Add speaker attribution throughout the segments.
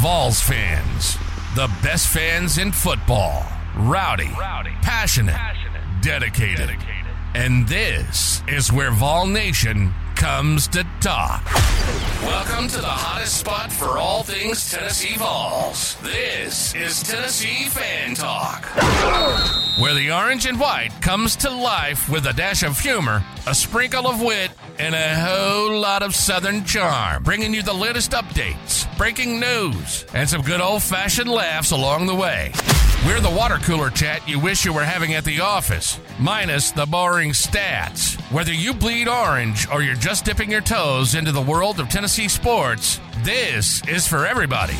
Speaker 1: Vols fans, the best fans in football. Rowdy,
Speaker 2: Rowdy.
Speaker 1: passionate,
Speaker 2: Passionate.
Speaker 1: dedicated.
Speaker 2: Dedicated.
Speaker 1: And this is where Vol Nation comes to talk. Welcome to the hottest spot for all things Tennessee Vols. This is Tennessee Fan Talk, where the orange and white comes to life with a dash of humor, a sprinkle of wit, and a whole lot of southern charm, bringing you the latest updates, breaking news, and some good old fashioned laughs along the way. We're the water cooler chat you wish you were having at the office, minus the boring stats. Whether you bleed orange or you're just dipping your toes into the world of Tennessee sports, this is for everybody.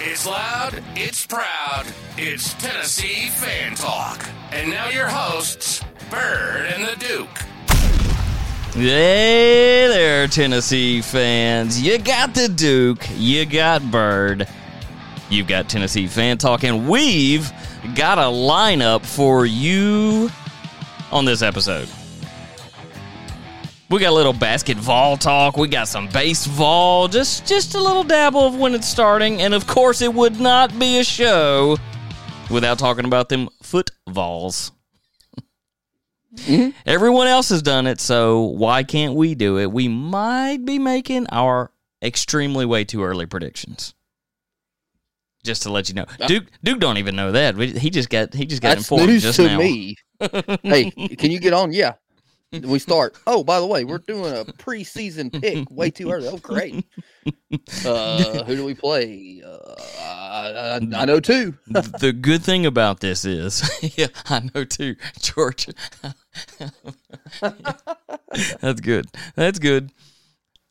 Speaker 1: It's loud, it's proud, it's Tennessee Fan Talk. And now your hosts, Bird and the Duke.
Speaker 3: Hey there, Tennessee fans. You got the Duke, you got Bird, you've got Tennessee Fan Talk, and we've got a lineup for you on this episode. We got a little basketball talk, we got some baseball, just just a little dabble of when it's starting, and of course it would not be a show without talking about them footballs.
Speaker 4: Mm-hmm.
Speaker 3: Everyone else has done it, so why can't we do it? We might be making our extremely way too early predictions. Just to let you know, Duke Duke don't even know that. We- He just got he just got
Speaker 4: Uh, That's
Speaker 3: informed
Speaker 4: news
Speaker 3: just
Speaker 4: to
Speaker 3: now.
Speaker 4: me. hey, can you get on? Yeah. We start. Oh, by the way, we're doing a preseason pick way too early. Oh, great. Uh, who do we play? Uh, I, I- I know two.
Speaker 3: the good thing about this is, yeah, I know too, George. That's good. That's good.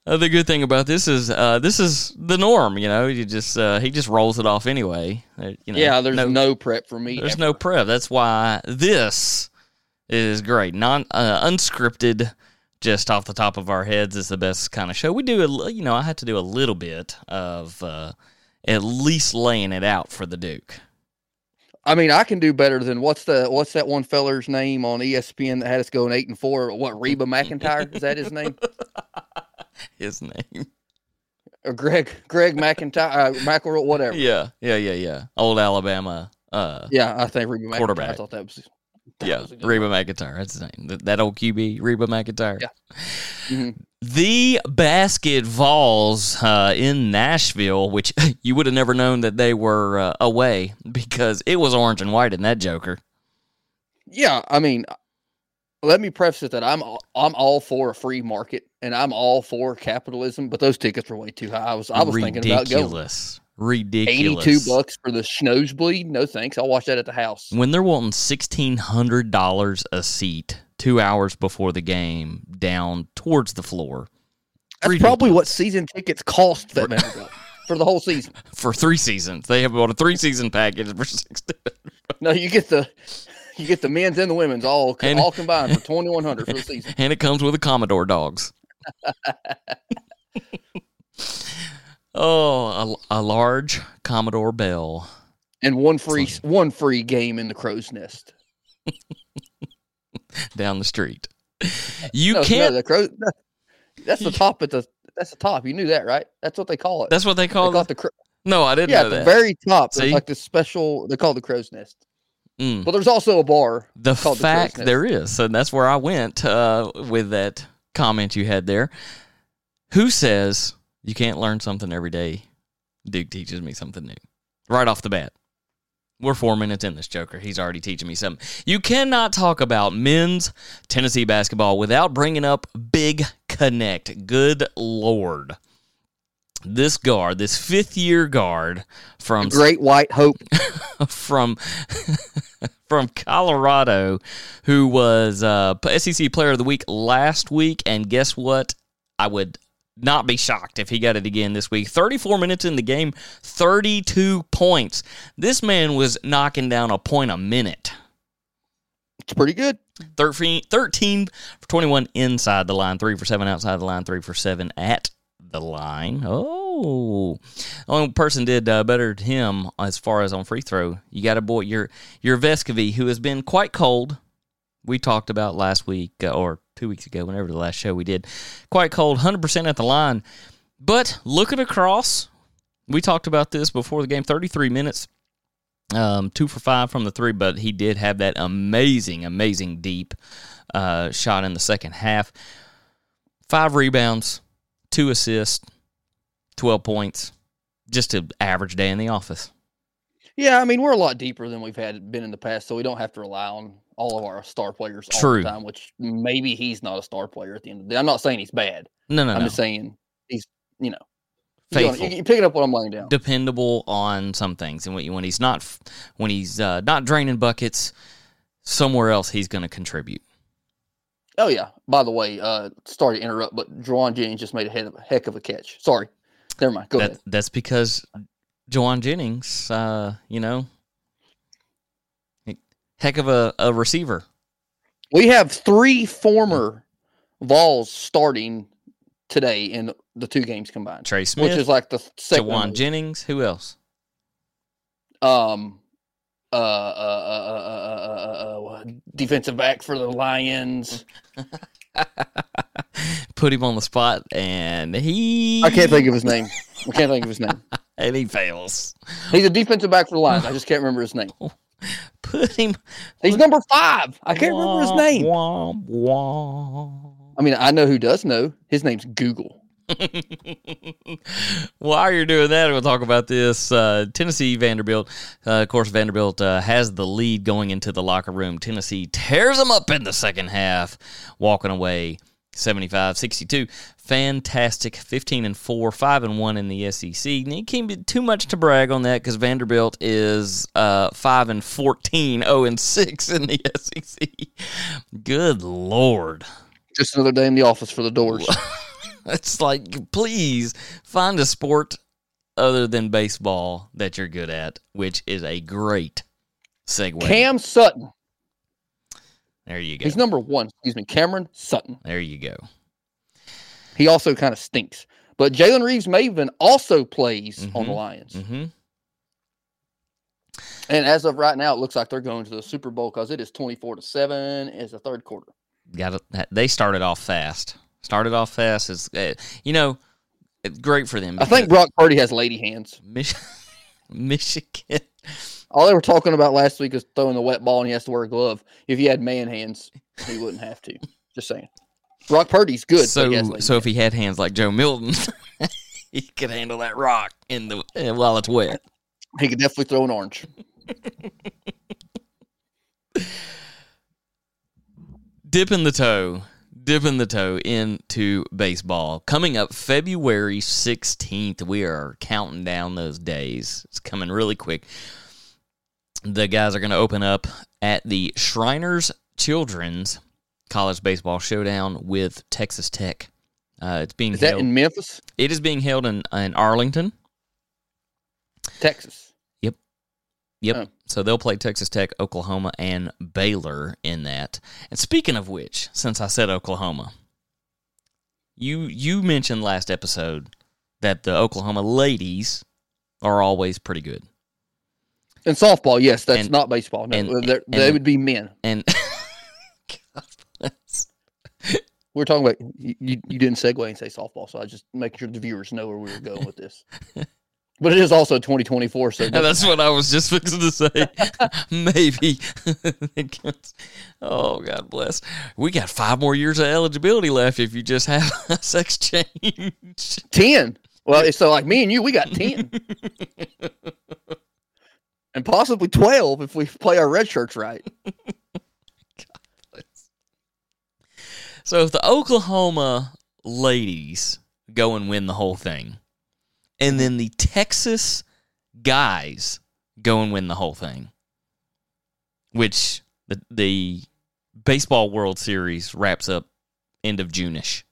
Speaker 3: Uh, the good thing about this is, uh, this is the norm. You know, you just uh, he just rolls it off anyway. Uh, you know,
Speaker 4: yeah, there's
Speaker 3: no-
Speaker 4: no, prep for me.
Speaker 3: There's no prep. That's why this is great. Non uh, unscripted, just off the top of our heads is the best kind of show. We do a li- you know I had to do a little bit of uh, at least laying it out for the Duke.
Speaker 4: I mean, I can do better than what's the what's that one feller's name on E ESPN that had us going eight and four? What Reba McIntyre is that his name?
Speaker 3: His name.
Speaker 4: Or Greg Greg McIntyre uh, McElroy, whatever. Yeah.
Speaker 3: Yeah, yeah, yeah, yeah. Old Alabama. Uh,
Speaker 4: I think Reba McIntyre.
Speaker 3: Quarterback.
Speaker 4: I thought that was.
Speaker 3: yeah,
Speaker 4: was a good
Speaker 3: Reba McIntyre. That's his name. That, that old QB, Reba McIntyre.
Speaker 4: Yeah. Mhm.
Speaker 3: The Basket Vols uh, in Nashville, which you would have never known that they were uh, away because it was orange and white in that Joker.
Speaker 4: Yeah, I mean, let me preface it that I'm all- I'm all for a free market and I'm all for capitalism, but those tickets were way too high. I was I was thinking about going
Speaker 3: ridiculous, ridiculous.
Speaker 4: eighty-two bucks for the snowsbleed. No thanks. I'll watch that at the house.
Speaker 3: When they're wanting sixteen hundred dollars a seat, two hours before the game, down towards the floor
Speaker 4: That's probably what season tickets cost that man for the whole season.
Speaker 3: for three seasons. They have bought a three season package for sixteen.
Speaker 4: No, you get the you get the men's and the women's all co-
Speaker 3: And-
Speaker 4: all combined for twenty one hundred for the season.
Speaker 3: and it comes with the Commodore dogs. oh, a, a large Commodore Bell.
Speaker 4: And one free s- one free game in the crow's nest.
Speaker 3: down the street. You
Speaker 4: No, no,
Speaker 3: can't.
Speaker 4: the crow, that's the top at the that's the top. You knew that, right? That's what they call it.
Speaker 3: that's what they
Speaker 4: they
Speaker 3: call
Speaker 4: call it
Speaker 3: it.
Speaker 4: the cro-
Speaker 3: No, I didn't
Speaker 4: yeah,
Speaker 3: know
Speaker 4: at the
Speaker 3: that.
Speaker 4: very top, there's
Speaker 3: See?
Speaker 4: like this special. They call it the crow's nest.
Speaker 3: Mm.
Speaker 4: Well, there's also a bar.
Speaker 3: the
Speaker 4: called the
Speaker 3: fact
Speaker 4: Crow's Nest.
Speaker 3: there is, and that's where I went uh, with that comment you had there. Who says you can't learn something every day? Duke teaches me something new right off the bat. We're four minutes in this Joker. He's already teaching me something. You cannot talk about men's Tennessee basketball without bringing up Big Connect. Good Lord. This guard, this fifth year guard from
Speaker 4: Great White Hope.
Speaker 3: from from Colorado, who was uh, SEC Player of the Week last week, and guess what? I would not be shocked if he got it again this week. 34 minutes in the game, 32 points. This man was knocking down a point a minute.
Speaker 4: It's pretty good.
Speaker 3: 13, 13 for 21 inside the line, 3 for 7 outside the line, 3 for 7 at the line. Oh. Only person did uh, better than him as far as on free throw. You got a boy, your, your Vescovy, who has been quite cold. We talked about last week uh, or two weeks ago, whenever the last show we did. Quite cold, 100% at the line. But looking across, we talked about this before the game. Thirty-three minutes, um, two for five from the three, but he did have that amazing, amazing deep uh, shot in the second half. Five rebounds, two assists, twelve points. Just an average day in the office.
Speaker 4: Yeah, I mean we're a lot deeper than we've had been in the past, so we don't have to rely on all of our star players all
Speaker 3: True.
Speaker 4: the time. Which maybe he's not a star player at the end of the day. I'm not saying he's bad.
Speaker 3: No, no,
Speaker 4: I'm
Speaker 3: no.
Speaker 4: just saying he's you know you know,
Speaker 3: Faithful.
Speaker 4: you- you're picking up what I'm laying down.
Speaker 3: dependable on some things, and when when he's not f- when he's uh, not draining buckets, somewhere else he's going to contribute.
Speaker 4: Oh yeah. By the way, uh, sorry to interrupt, but Drawn Jennings just made a head of, heck of a catch. Sorry. Never mind. Go
Speaker 3: That,
Speaker 4: ahead.
Speaker 3: that's because Jawan Jennings, uh, you know, heck of a, a receiver.
Speaker 4: We have three former Vols starting today in the two games combined,
Speaker 3: Trey
Speaker 4: which
Speaker 3: Smith,
Speaker 4: is like the second.
Speaker 3: Jawan
Speaker 4: one.
Speaker 3: Jennings, who else?
Speaker 4: um, uh, uh, uh, uh, uh, uh, uh, defensive back for the Lions.
Speaker 3: Put him on the spot, and he
Speaker 4: I can't think of his name. I can't think of his name.
Speaker 3: and he fails.
Speaker 4: He's a defensive back for the Lions. I just can't remember his name.
Speaker 3: Put him.
Speaker 4: He's number five. I can't remember his name.
Speaker 3: Womp, womp, womp.
Speaker 4: I mean, I know who does know. His name's Google.
Speaker 3: While you're doing that, we'll talk about this uh, Tennessee Vanderbilt. Uh, of course, Vanderbilt uh, has the lead going into the locker room. Tennessee tears them up in the second half, walking away 75 62. Fantastic 15 and 4, 5 and 1 in the E SEC. And it can't be too much to brag on that because Vanderbilt is uh, 5 and 14, 0 and 6 in the SEC. Good Lord.
Speaker 4: Just another day in the office for the doors.
Speaker 3: It's like, please find a sport other than baseball that you're good at, which is a great segue.
Speaker 4: Cam Sutton.
Speaker 3: there you go.
Speaker 4: He's number one. Excuse me. Cameron Sutton.
Speaker 3: there you go.
Speaker 4: He also kind of stinks. But Jalen Reeves Maven also plays on the
Speaker 3: Mhm.
Speaker 4: Lions.
Speaker 3: hmm Mm-hmm.
Speaker 4: And as of right now, it looks like they're going to the Super Bowl because it is 24 to 7 is the third quarter.
Speaker 3: Got it. They started off fast. Started off fast. Is uh, you know, it's great for them.
Speaker 4: I
Speaker 3: because
Speaker 4: think Brock Purdy has lady hands.
Speaker 3: Mich- Michigan.
Speaker 4: All they were talking about last week is throwing the wet ball and he has to wear a glove. If he had man hands, he wouldn't have to. Just saying. Brock Purdy's good. but he has
Speaker 3: So
Speaker 4: lady
Speaker 3: so if he had hands like Joe Milton, he could handle that rock in the uh, while it's wet.
Speaker 4: hands. he could definitely throw an orange.
Speaker 3: dipping the toe, dipping the toe into baseball. Coming up February 16th, we are counting down those days. It's coming really quick. The guys are going to open up at the Shriners Children's College Baseball Showdown with Texas Tech. Uh, it's being
Speaker 4: Is that
Speaker 3: held.
Speaker 4: in Memphis,
Speaker 3: it is being held in, in Arlington.
Speaker 4: Texas?
Speaker 3: Yep.
Speaker 4: Oh.
Speaker 3: So they'll play Texas Tech, Oklahoma, and Baylor in that. And speaking of which, since I said Oklahoma, you you mentioned last episode that the Oklahoma ladies are always pretty good.
Speaker 4: In softball, yes, that's
Speaker 3: And-
Speaker 4: not baseball. No,
Speaker 3: and-
Speaker 4: they're- they
Speaker 3: and-
Speaker 4: would be men.
Speaker 3: And God bless.
Speaker 4: We're talking about you, you you didn't segue and say softball, so I just make sure the viewers know where we were going with this. but it is also 2024, so
Speaker 3: And that's what I was just fixing to say. Maybe. It counts. oh, God bless. We got five more years of eligibility left if you just have a sex change.
Speaker 4: 10. Well, it's so like me and you, we got 10. and possibly 12 if we play our red shirts right.
Speaker 3: So if the Oklahoma ladies go and win the whole thing, and then the Texas guys go and win the whole thing, which the, the baseball World Series wraps up end of June-ish.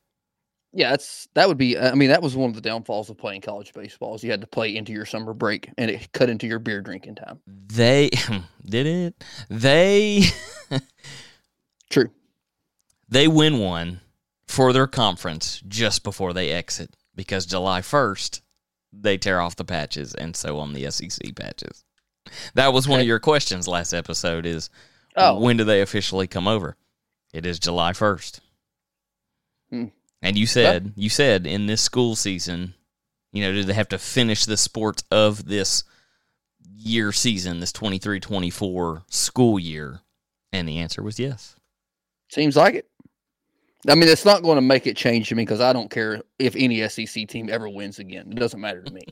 Speaker 4: Yeah, that's that would be. I mean, that was one of the downfalls of playing college baseball is you had to play into your summer break and it cut into your beer drinking time.
Speaker 3: They did it. They
Speaker 4: True.
Speaker 3: they win one for their conference just before they exit because July 1st they tear off the patches and so on the SEC patches. That was one of
Speaker 4: Okay.
Speaker 3: your questions last episode is
Speaker 4: Oh,
Speaker 3: when do they officially come over? It is July 1st.
Speaker 4: Hmm.
Speaker 3: And you said you said in this school season You know, do they have to finish the sports of this year season, this 23 24 school year? And the answer was yes.
Speaker 4: Seems like it. I mean, it's not going to make it change to me because I don't care if any SEC team ever wins again. It doesn't matter to me.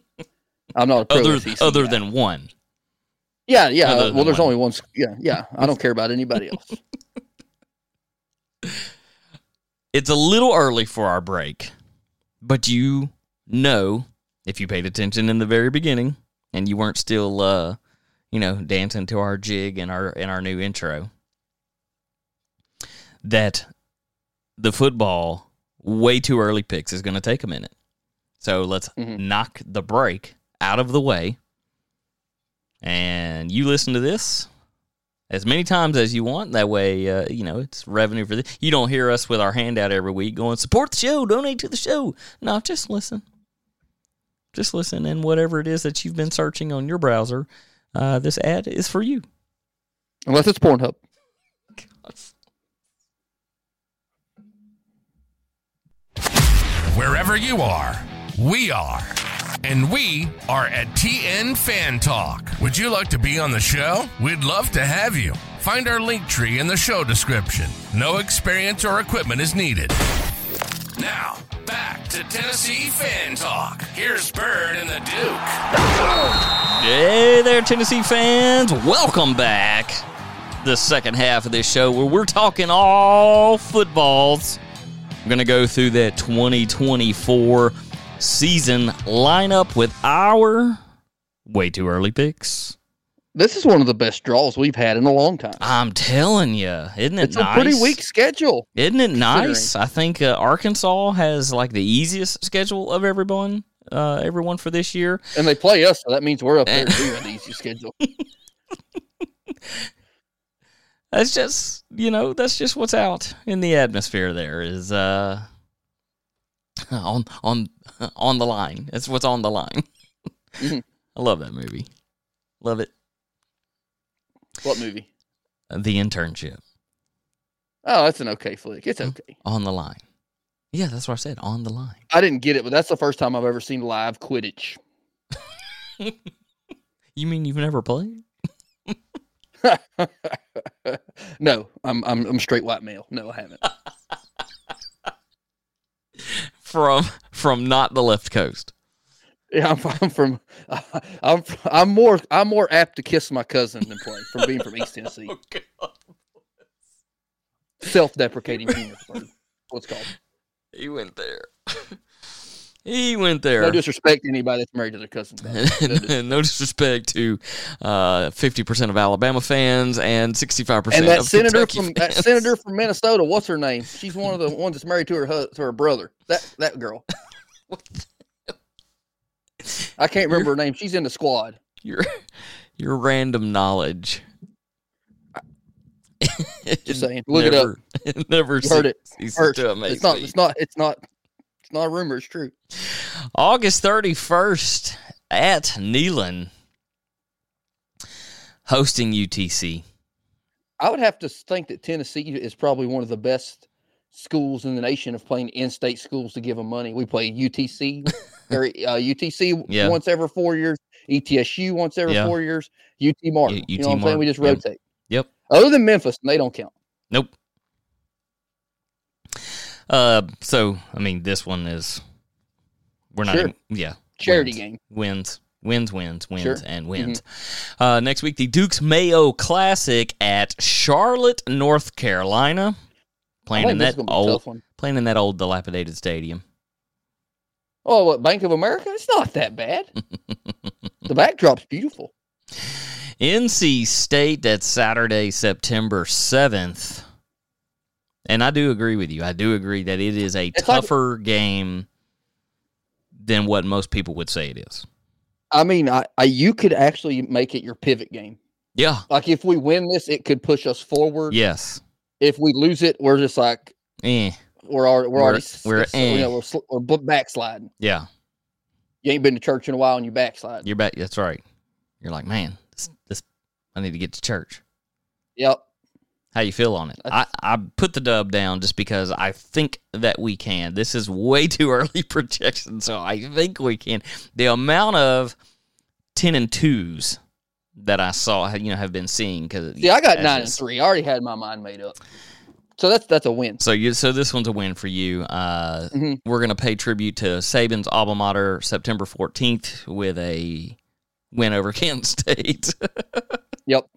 Speaker 4: I'm not a pro E
Speaker 3: Other,
Speaker 4: SEC
Speaker 3: other
Speaker 4: guy.
Speaker 3: than one.
Speaker 4: yeah, yeah.
Speaker 3: other
Speaker 4: uh,
Speaker 3: than
Speaker 4: well, there's
Speaker 3: one.
Speaker 4: only one. sc- Yeah, yeah. I don't care about anybody else.
Speaker 3: It's a little early for our break, but you know, if you paid attention in the very beginning and you weren't still, uh, you know, dancing to our jig and our and our new intro, that the football way too early picks is going to take a minute. So let's
Speaker 4: Mhm.
Speaker 3: knock the break out of the way, and you listen to this as many times as you want. That way, uh, you know, it's revenue for this. You don't hear us with our hand out every week going, support the show, donate to the show. No, just listen. Just listen. And whatever it is that you've been searching on your browser, uh, this ad is for you.
Speaker 4: Unless it's Pornhub.
Speaker 1: Wherever you are, we are. And we are at TN Fan Talk. Would you like to be on the show? We'd love to have you. Find our link tree in the show description. No experience or equipment is needed. Now, back to Tennessee Fan Talk. Here's Bird and the Duke.
Speaker 3: Hey there, Tennessee fans. Welcome back. The second half of this show where we're talking all footballs. I'm going to go through that 2024 season lineup with our way too early picks.
Speaker 4: This is one of the best draws we've had in a long time.
Speaker 3: I'm telling you, isn't it
Speaker 4: It's
Speaker 3: nice?
Speaker 4: a pretty weak schedule.
Speaker 3: Isn't it nice? I think uh, Arkansas has like the easiest schedule of everyone, uh, everyone for this year.
Speaker 4: And they play us, so that means we're up there
Speaker 3: And-
Speaker 4: too on the easy schedule.
Speaker 3: that's just you know that's just what's out in the atmosphere there is uh on on on the line that's what's on the line
Speaker 4: Mhm.
Speaker 3: i love that movie love it
Speaker 4: What movie?
Speaker 3: the internship
Speaker 4: Oh, that's an okay flick.
Speaker 3: Hmm.
Speaker 4: It's okay.
Speaker 3: on the line yeah that's what i said on the line
Speaker 4: I didn't get it, but that's the first time I've ever seen live Quidditch.
Speaker 3: you mean you've never played
Speaker 4: no, I'm I'm I'm straight white male. No, I haven't.
Speaker 3: from from not the left coast
Speaker 4: Yeah, I'm, I'm from I'm fr- I'm more I'm more apt to kiss my cousin than play from being from East Tennessee. Self-deprecating humor. Bird. What's it called?
Speaker 3: he went there he went there
Speaker 4: No disrespect to anybody that's married to their cousin. by the way. No dis-
Speaker 3: no disrespect to uh, 50% of Alabama fans and 65%
Speaker 4: and that
Speaker 3: of
Speaker 4: senator
Speaker 3: Kentucky
Speaker 4: from that
Speaker 3: fans.
Speaker 4: senator from Minnesota, what's her name? She's one of the ones that's married to her hus- to her brother. That that girl. I can't remember her name. She's in the squad.
Speaker 3: your your random knowledge.
Speaker 4: Just saying. Look it up.
Speaker 3: it up. Never
Speaker 4: You heard it
Speaker 3: ceases
Speaker 4: first.
Speaker 3: to amaze
Speaker 4: It's not.
Speaker 3: me.
Speaker 4: It's not. It's not. It's not a rumor. It's true.
Speaker 3: August 31st at Neyland, hosting UTC.
Speaker 4: I would have to think that Tennessee is probably one of the best schools in the nation of playing in-state schools to give them money. We play UTC, or uh, UTC
Speaker 3: Yeah.
Speaker 4: once every four years, E ETSU once every
Speaker 3: Yeah.
Speaker 4: four years, UT Martin.
Speaker 3: U-
Speaker 4: you
Speaker 3: UT
Speaker 4: know what I'm saying? We
Speaker 3: Martin,
Speaker 4: just
Speaker 3: yep.
Speaker 4: rotate.
Speaker 3: Yep.
Speaker 4: Other than Memphis, and they don't count.
Speaker 3: Nope. Uh, so I mean, this one is we're not.
Speaker 4: Sure.
Speaker 3: even- yeah.
Speaker 4: Charity
Speaker 3: wins,
Speaker 4: game.
Speaker 3: wins, wins, wins, wins,
Speaker 4: Sure. Mm-hmm.
Speaker 3: and wins. Uh, next week, the Duke's Mayo Classic at Charlotte, North Carolina. Playing
Speaker 4: I
Speaker 3: in
Speaker 4: think this is
Speaker 3: that
Speaker 4: gonna be a
Speaker 3: old,
Speaker 4: tough one.
Speaker 3: playing in that old dilapidated stadium.
Speaker 4: Oh, what Bank of America? It's not that bad. the backdrop's beautiful.
Speaker 3: NC State, that's Saturday, September 7th. And I do agree with you. I do agree that it is a
Speaker 4: It's like-
Speaker 3: tougher game than what most people would say it is.
Speaker 4: I mean, I, I you could actually make it your pivot game.
Speaker 3: Yeah.
Speaker 4: Like if we win this, it could push us forward.
Speaker 3: Yes.
Speaker 4: If we lose it, we're just like
Speaker 3: Eh.
Speaker 4: we're already we're,
Speaker 3: We're-
Speaker 4: already s-
Speaker 3: we're
Speaker 4: s- you
Speaker 3: eh.
Speaker 4: know, we're, sl- we're bu- backsliding.
Speaker 3: Yeah.
Speaker 4: You ain't been to church in a while and you backslide.
Speaker 3: You're back. That's right. You're like, man, this, this I need to get to church.
Speaker 4: Yep.
Speaker 3: how you feel on it. I, I put the dub down just because I think that we can. This is way too early projection, so I think we can. The amount of ten and twos that I saw, you know, have been seeing because
Speaker 4: See, I got nine and three. I already had my mind made up. So that's that's a win.
Speaker 3: So you, so this one's a win for you. Uh,
Speaker 4: Mhm.
Speaker 3: We're gonna pay tribute to Saban's alma mater September fourteenth with a win over Kent State.
Speaker 4: Yep.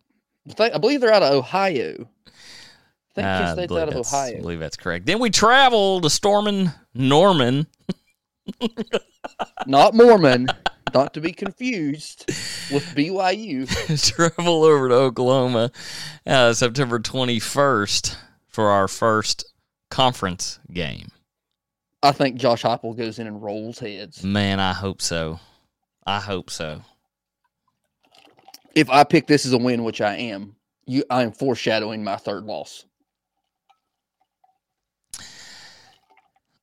Speaker 4: I think- I believe they're out of Ohio. I think
Speaker 3: Uh,
Speaker 4: Kent State's
Speaker 3: believe
Speaker 4: out of
Speaker 3: that's- I
Speaker 4: Ohio.
Speaker 3: believe that's correct. Then we travel to Stormin Norman.
Speaker 4: Not Mormon. Not to be confused with BYU.
Speaker 3: travel over to Oklahoma uh, September 21st for our first conference game.
Speaker 4: I think Josh Hopple goes in and rolls heads.
Speaker 3: Man, I hope so. I hope so.
Speaker 4: If I pick this as a win, which I am, you I am foreshadowing my third loss.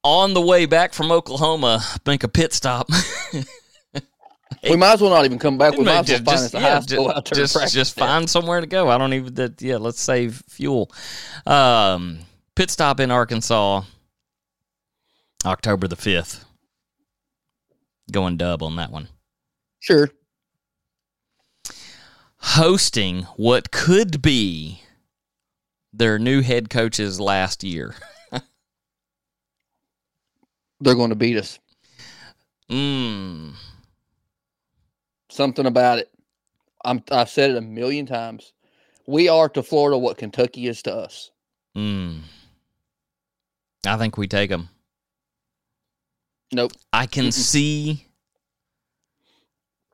Speaker 3: On the way back from Oklahoma, make a pit stop.
Speaker 4: We might as well not even come back. We might as well find us a high
Speaker 3: yeah,
Speaker 4: school out there. and
Speaker 3: just-
Speaker 4: practice
Speaker 3: just
Speaker 4: there.
Speaker 3: find somewhere to go. I don't even that. Yeah, let's save fuel. Um, pit stop in Arkansas, October the fifth. Going dub on that one.
Speaker 4: Sure.
Speaker 3: hosting what could be their new head coaches last year.
Speaker 4: They're going to beat us.
Speaker 3: Mm.
Speaker 4: Something about it. I'm I've said it a million times. We are to Florida what Kentucky is to us.
Speaker 3: Mm. I think we take them.
Speaker 4: Nope.
Speaker 3: I can
Speaker 4: Mm-mm.
Speaker 3: see.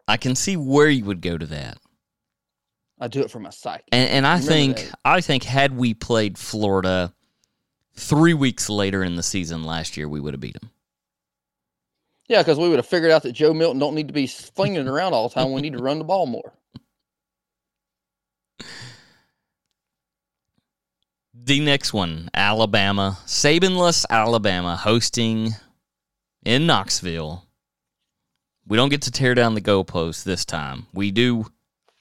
Speaker 3: I can see where you would go to that,
Speaker 4: I do it for my psyche.
Speaker 3: and and I
Speaker 4: Remember
Speaker 3: think
Speaker 4: that.
Speaker 3: I think had we played Florida three weeks later in the season last year, we would have beat them.
Speaker 4: Yeah, because we would have figured out that Joe Milton don't need to be flinging it around all the time. We need to run the ball more.
Speaker 3: The next one, Alabama, Sabanless Alabama hosting in Knoxville. We don't get to tear down the goalposts this time. We do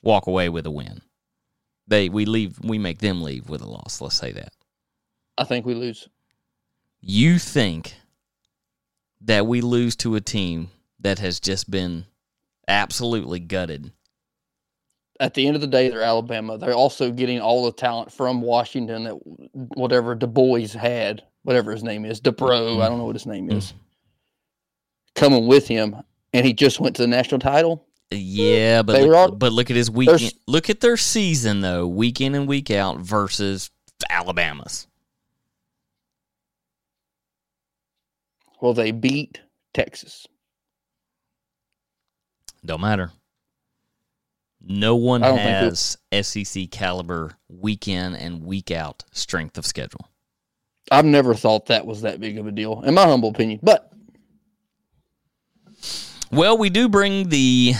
Speaker 3: walk away with a win. They we leave we make them leave with a loss. Let's say that.
Speaker 4: I think we lose.
Speaker 3: You think that we lose to a team that has just been absolutely gutted.
Speaker 4: At the end of the day, they're Alabama. They're also getting all the talent from Washington that w- whatever Du Bois had, whatever his name is, DeBro, I don't know what his name is, coming with him, and he just went to the national title.
Speaker 3: Yeah, but
Speaker 4: They
Speaker 3: look,
Speaker 4: were all-
Speaker 3: but look at his
Speaker 4: There's-
Speaker 3: weekend. Look at their season though, week in and week out versus Alabama's.
Speaker 4: Well, they beat Texas.
Speaker 3: Don't matter. No one
Speaker 4: I don't think
Speaker 3: has SEC caliber week in and week out strength of schedule.
Speaker 4: I've never thought that was that big of a deal, in my humble opinion. But
Speaker 3: Well, we do bring the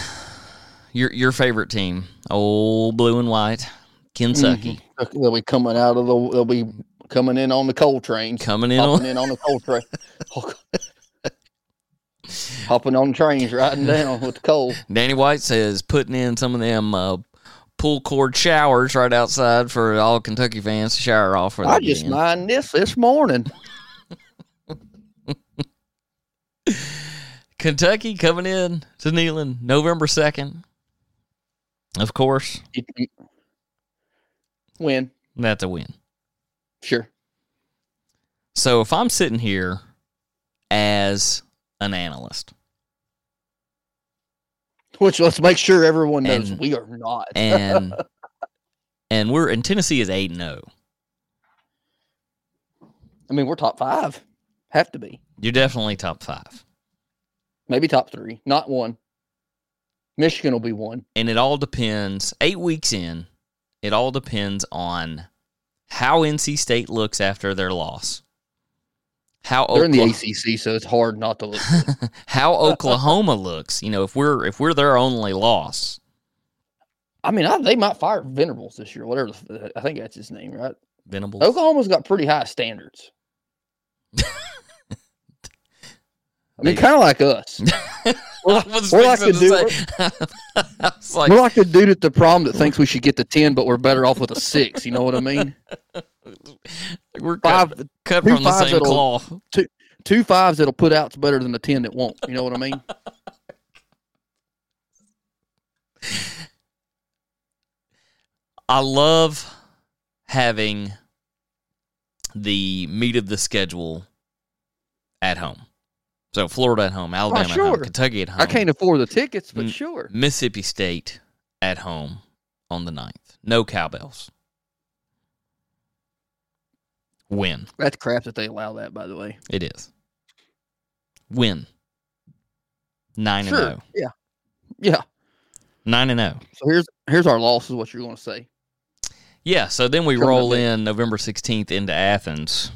Speaker 3: your your favorite team, old blue and white, Kentucky,
Speaker 4: they'll be coming out of the, they'll be coming in on the coal train.
Speaker 3: coming in
Speaker 4: hopping
Speaker 3: on
Speaker 4: in on the coal train. hopping on trains, riding down with the coal.
Speaker 3: Danny White says putting in some of them uh, pull cord showers right outside for all Kentucky fans to shower off. For
Speaker 4: I
Speaker 3: the
Speaker 4: just
Speaker 3: game.
Speaker 4: mined this this morning.
Speaker 3: Kentucky coming in to Neyland November second. Of course,
Speaker 4: You- you- Win,
Speaker 3: that's a win.
Speaker 4: sure.
Speaker 3: So if I'm sitting here as an analyst
Speaker 4: Which let's make sure everyone knows
Speaker 3: And-
Speaker 4: we are not.
Speaker 3: and and we're and oh, Tennessee is 8 0.
Speaker 4: I mean, we're top five, have to be,
Speaker 3: You're definitely top 5.
Speaker 4: maybe top three, not one. Michigan will be one.
Speaker 3: And it all depends 8 weeks in, it all depends on how NC State looks after their loss. How
Speaker 4: They're in the
Speaker 3: Oklahoma-
Speaker 4: ACC, so it's hard not to look.
Speaker 3: how Oklahoma looks, you know, if we're if we're their only loss.
Speaker 4: I mean, I, they might fire Venerables this year, whatever. The, f- I think that's his name, right?
Speaker 3: Venables.
Speaker 4: Oklahoma's got pretty high standards. I
Speaker 3: They-
Speaker 4: mean, kind of like us.
Speaker 3: what was
Speaker 4: We're like
Speaker 3: fixing
Speaker 4: the
Speaker 3: to say. I was like,
Speaker 4: we're like the dude at the prom that thinks we should get the ten, but we're better off with a six. You know what I mean?
Speaker 3: we're cut,
Speaker 4: Five,
Speaker 3: cut
Speaker 4: two
Speaker 3: from the
Speaker 4: fives
Speaker 3: same
Speaker 4: that'll-
Speaker 3: cloth.
Speaker 4: two fives that'll put out's better than a ten that won't. You know what I mean?
Speaker 3: I love having the meat of the schedule at home. So Florida at home, Alabama at
Speaker 4: sure.
Speaker 3: home, Kentucky at home,
Speaker 4: I can't afford the tickets, but
Speaker 3: Mm.
Speaker 4: sure.
Speaker 3: Mississippi State at home on the 9th. No cowbells. Win.
Speaker 4: That's crap that they allow that. By the way,
Speaker 3: It is. Win. 9
Speaker 4: sure,
Speaker 3: and 0.
Speaker 4: yeah, yeah.
Speaker 3: 9 and oh. 0.
Speaker 4: So here's here's our loss is what you're going to say.
Speaker 3: Yeah, so then we
Speaker 4: Coming up
Speaker 3: roll
Speaker 4: next.
Speaker 3: in November 16th into Athens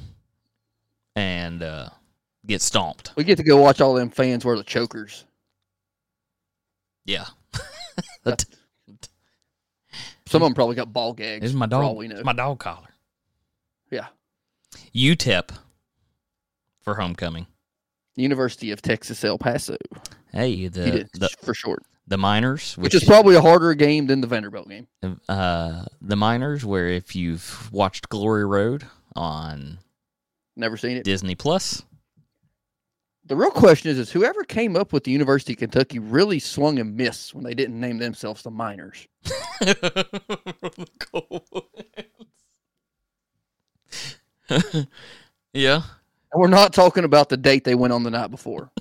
Speaker 3: and uh, get stomped.
Speaker 4: We get to go watch all them fans wear the chokers.
Speaker 3: Yeah.
Speaker 4: Some of them probably got ball gags.
Speaker 3: This is my
Speaker 4: for all
Speaker 3: dog.
Speaker 4: we know.
Speaker 3: It's my dog collar.
Speaker 4: yeah,
Speaker 3: UTEP for homecoming.
Speaker 4: University of Texas El Paso.
Speaker 3: Hey,
Speaker 4: you
Speaker 3: the
Speaker 4: did
Speaker 3: the,
Speaker 4: for short,
Speaker 3: the miners,
Speaker 4: which is probably a harder game than the Vanderbilt game.
Speaker 3: uh, the miners, where if you've watched Glory Road on
Speaker 4: Never seen it.
Speaker 3: Disney Plus,
Speaker 4: The real question is: Is whoever came up with the University of Kentucky really swung and missed when they didn't name themselves the Miners?
Speaker 3: yeah,
Speaker 4: And we're not talking about the date they went on the night before.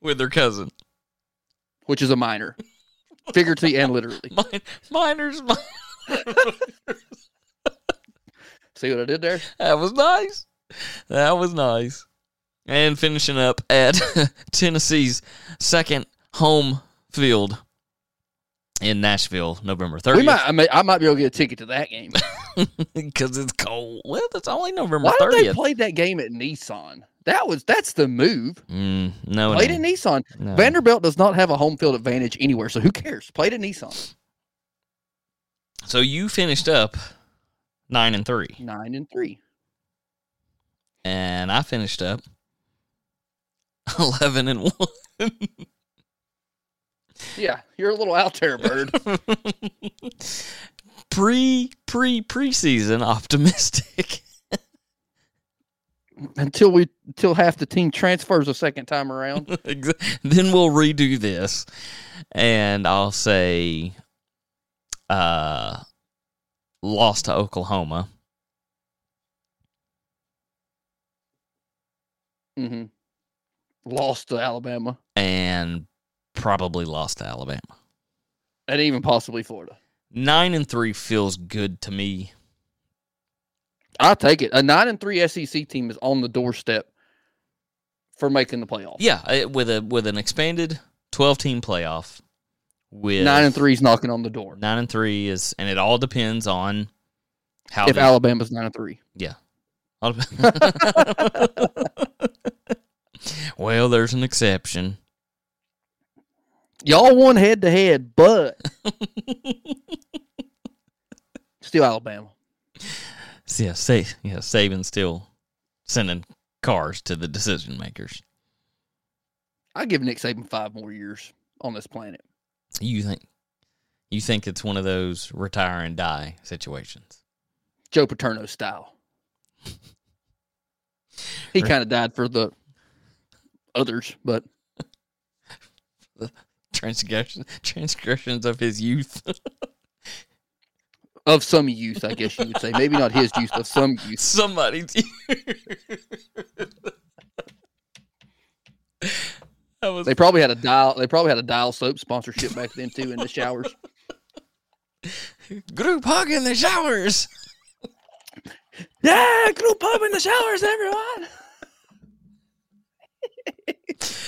Speaker 3: with their cousin.
Speaker 4: which is a minor, figuratively and literally.
Speaker 3: Min- miners, miners.
Speaker 4: See what I did there?
Speaker 3: That was nice. That was nice. And finishing up at Tennessee's second home field in Nashville, November
Speaker 4: We
Speaker 3: 30th,
Speaker 4: might, I, may, I might be able to get a ticket to that game.
Speaker 3: because it's cold. Well, it's only November
Speaker 4: Why don't they
Speaker 3: 30th.
Speaker 4: play that game at Nissan? That was that's the move.
Speaker 3: Mm, no, Oh.
Speaker 4: Played
Speaker 3: it
Speaker 4: at
Speaker 3: ain't.
Speaker 4: Nissan.
Speaker 3: no.
Speaker 4: Vanderbilt does not have a home field advantage anywhere, so who cares? Played at Nissan.
Speaker 3: so you finished up nine and three,
Speaker 4: Nine and three.
Speaker 3: and I finished up eleven and one.
Speaker 4: Yeah, you're a little out there, bird.
Speaker 3: pre pre preseason optimistic.
Speaker 4: until we until half the team transfers a second time around.
Speaker 3: Exa- then we'll redo this and I'll say uh lost to Oklahoma.
Speaker 4: hmm Lost to Alabama
Speaker 3: and probably lost to Alabama.
Speaker 4: and even possibly Florida.
Speaker 3: Nine and three feels good to me.
Speaker 4: I take it. A nine and three SEC team is on the doorstep for making the playoffs.
Speaker 3: Yeah, uh, with a with an expanded twelve team playoff. With
Speaker 4: Nine and three is knocking on the door.
Speaker 3: nine and three is, and it all depends on how
Speaker 4: If
Speaker 3: the-
Speaker 4: Alabama's nine and three,
Speaker 3: All dep- well, there's an exception.
Speaker 4: y'all won head to head, but still Alabama.
Speaker 3: So, Yeah, Sa- yeah, Saban's still sending cars to the decision makers.
Speaker 4: I give Nick Saban five more years on this planet.
Speaker 3: You think you think it's one of those retire and die situations?
Speaker 4: Joe Paterno style. He
Speaker 3: Right.
Speaker 4: kind of died for the others, but
Speaker 3: Transgression, transgressions of his youth,
Speaker 4: of some youth, I guess you would say. Maybe not his youth, of some youth.
Speaker 3: somebody's youth. that was
Speaker 4: They probably had a dial. They probably had a dial soap sponsorship back then too in the showers.
Speaker 3: group hug in the showers.
Speaker 4: Yeah, group pub in the showers, everyone.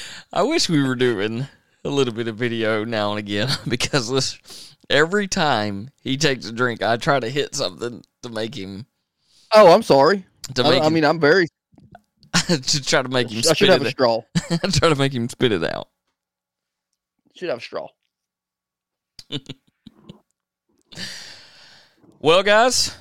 Speaker 3: I wish we were doing a little bit of video now and again because this, every time he takes a drink, I try to hit something to make him
Speaker 4: Oh, I'm sorry.
Speaker 3: to
Speaker 4: I,
Speaker 3: make
Speaker 4: I
Speaker 3: him,
Speaker 4: mean, I'm very.
Speaker 3: to try to make him
Speaker 4: I should
Speaker 3: spit
Speaker 4: have a
Speaker 3: it.
Speaker 4: straw.
Speaker 3: Out. try to make him spit it out.
Speaker 4: Should have a straw.
Speaker 3: Well, guys,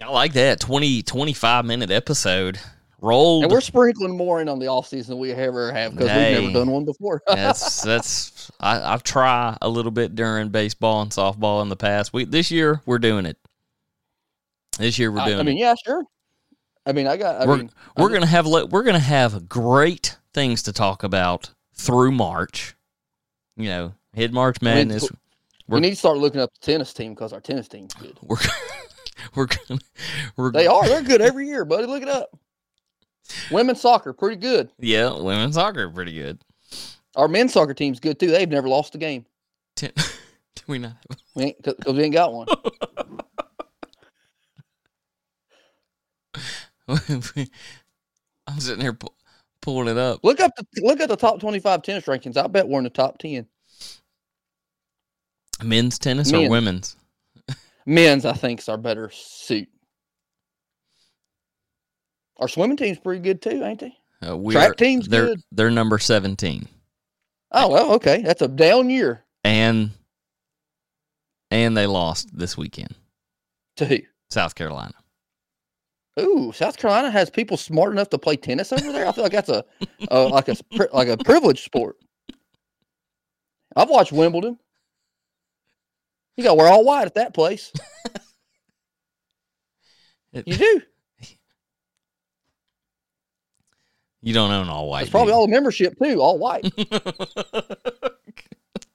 Speaker 3: I like that 20, 25 minute episode rolled.
Speaker 4: And we're sprinkling more in on the off season than we ever have because we've
Speaker 3: Hey.
Speaker 4: never done one before.
Speaker 3: that's that's I, I've tried a little bit during baseball and softball in the past. We this year we're doing it. This year we're
Speaker 4: I,
Speaker 3: doing.
Speaker 4: I mean,
Speaker 3: it.
Speaker 4: yeah, sure. I mean, I got. I
Speaker 3: we're
Speaker 4: mean,
Speaker 3: we're gonna have le- we're gonna have great things to talk about through March. You know, hit March
Speaker 4: mean,
Speaker 3: Madness.
Speaker 4: we need to start looking up the tennis team because our tennis team's good.
Speaker 3: we're we're gonna we're
Speaker 4: They are. They're good every year, buddy. Look it up. Women's soccer, pretty good.
Speaker 3: yeah women's soccer pretty good.
Speaker 4: Our men's soccer team's good too. They've never lost a game.
Speaker 3: Ten, do we not? have-
Speaker 4: We because we ain't got one.
Speaker 3: I'm sitting here pu- pulling it up.
Speaker 4: Look up. The, look at the top twenty-five tennis rankings. I bet we're in the top ten.
Speaker 3: Men's tennis or
Speaker 4: Men.
Speaker 3: women's?
Speaker 4: Men's, I think, is our better suit. Our swimming team's pretty good too, ain't they?
Speaker 3: Uh, we
Speaker 4: Track
Speaker 3: are-
Speaker 4: team's
Speaker 3: they're
Speaker 4: good.
Speaker 3: they're number seventeen,
Speaker 4: Oh well, okay. That's a down year
Speaker 3: and and they lost this weekend.
Speaker 4: to who?
Speaker 3: South Carolina.
Speaker 4: Ooh, South Carolina has people smart enough to play tennis over there. I feel like that's a, a like a pri- like a privileged sport. I've watched Wimbledon. You got to wear all white at that place.
Speaker 3: It-
Speaker 4: You do.
Speaker 3: you don't own all white.
Speaker 4: It's probably
Speaker 3: do
Speaker 4: all the membership too, all white.
Speaker 3: you?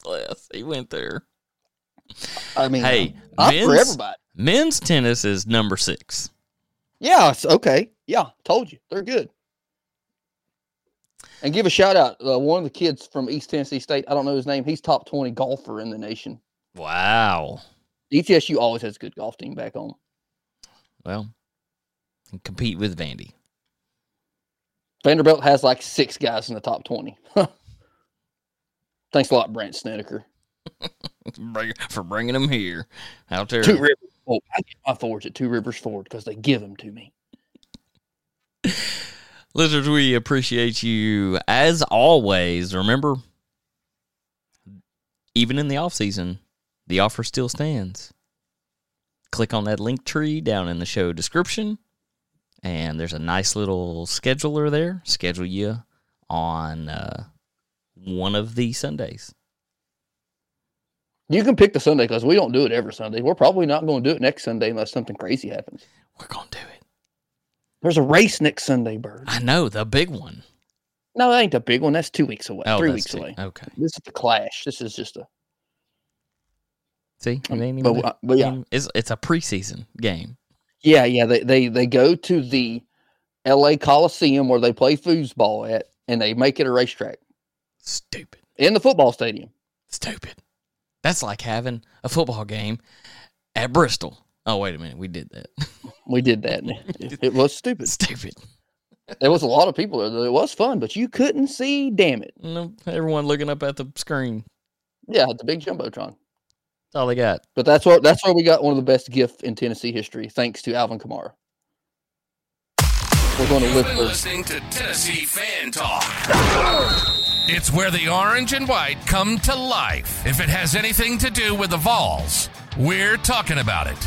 Speaker 3: Bless. He went there.
Speaker 4: I mean,
Speaker 3: Hey,
Speaker 4: I'm for
Speaker 3: men's-
Speaker 4: everybody.
Speaker 3: Men's tennis is number six.
Speaker 4: Yeah, it's okay. Yeah, told you they're good. And give a shout out uh, one of the kids from East Tennessee State. I don't know his name. He's top twenty golfer in the nation. E
Speaker 3: Wow.
Speaker 4: ETSU always has a good golf team back home.
Speaker 3: Well, and compete with Vandy.
Speaker 4: Vanderbilt has like six guys in the top 20. Thanks a lot, Brant Snedeker.
Speaker 3: Bring- For bringing them here. Out there.
Speaker 4: Two Rivers Ford. I get my Fords at Two Rivers Ford because they give them to me.
Speaker 3: Lizards, we appreciate you as always. Remember, even in the off season, the offer still stands. Click on that link tree down in the show description, and there's a nice little scheduler there. Schedule you on uh, one of the Sundays.
Speaker 4: You can pick the Sunday because we don't do it every Sunday. We're probably not going to do it next Sunday unless something crazy happens.
Speaker 3: We're gonna do it.
Speaker 4: There's a race next Sunday, Bird.
Speaker 3: I know the big one.
Speaker 4: No, that ain't the big one. That's two weeks away.
Speaker 3: Oh,
Speaker 4: Three
Speaker 3: that's
Speaker 4: weeks
Speaker 3: two.
Speaker 4: away.
Speaker 3: Okay.
Speaker 4: This is the clash. This is just a.
Speaker 3: See, it ain't
Speaker 4: But,
Speaker 3: even-
Speaker 4: uh, but yeah,
Speaker 3: it's it's a preseason game.
Speaker 4: yeah, yeah. They, they they go to the L.A. Coliseum where they play foosball at, and they make it a racetrack
Speaker 3: Stupid.
Speaker 4: in the football stadium.
Speaker 3: Stupid. That's like having a football game at Bristol. Oh, wait a minute. We did that.
Speaker 4: We did that. and it, it was stupid.
Speaker 3: Stupid.
Speaker 4: There was a lot of people there. though. It was fun, but you couldn't see. Damn it!
Speaker 3: No, everyone looking up at the screen.
Speaker 4: Yeah, the big jumbotron.
Speaker 3: That's all they got.
Speaker 4: But that's where that's where we got one of the best gifts in Tennessee history, thanks to Alvin Kamara. We're going to
Speaker 1: You've
Speaker 4: live
Speaker 1: been
Speaker 4: for
Speaker 1: listening to Tennessee Fan Talk. It's where the orange and white come to life. If it has anything to do with the Vols, we're talking about it.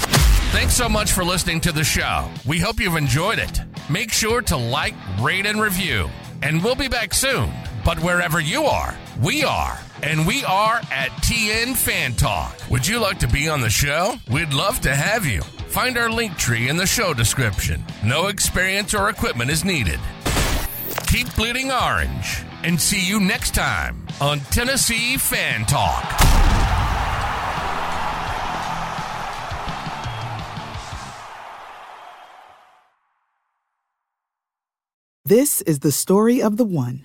Speaker 1: Thanks so much for listening to the show. We hope you've enjoyed it. Make sure to like, rate, and review. And we'll be back soon. But wherever you are, we are. And we are at TN Fan Talk. Would you like to be on the show? We'd love to have you. Find our link tree in the show description. No experience or equipment is needed keep bleeding orange, and see you next time on Tennessee Fan Talk.
Speaker 2: This is the story of the one.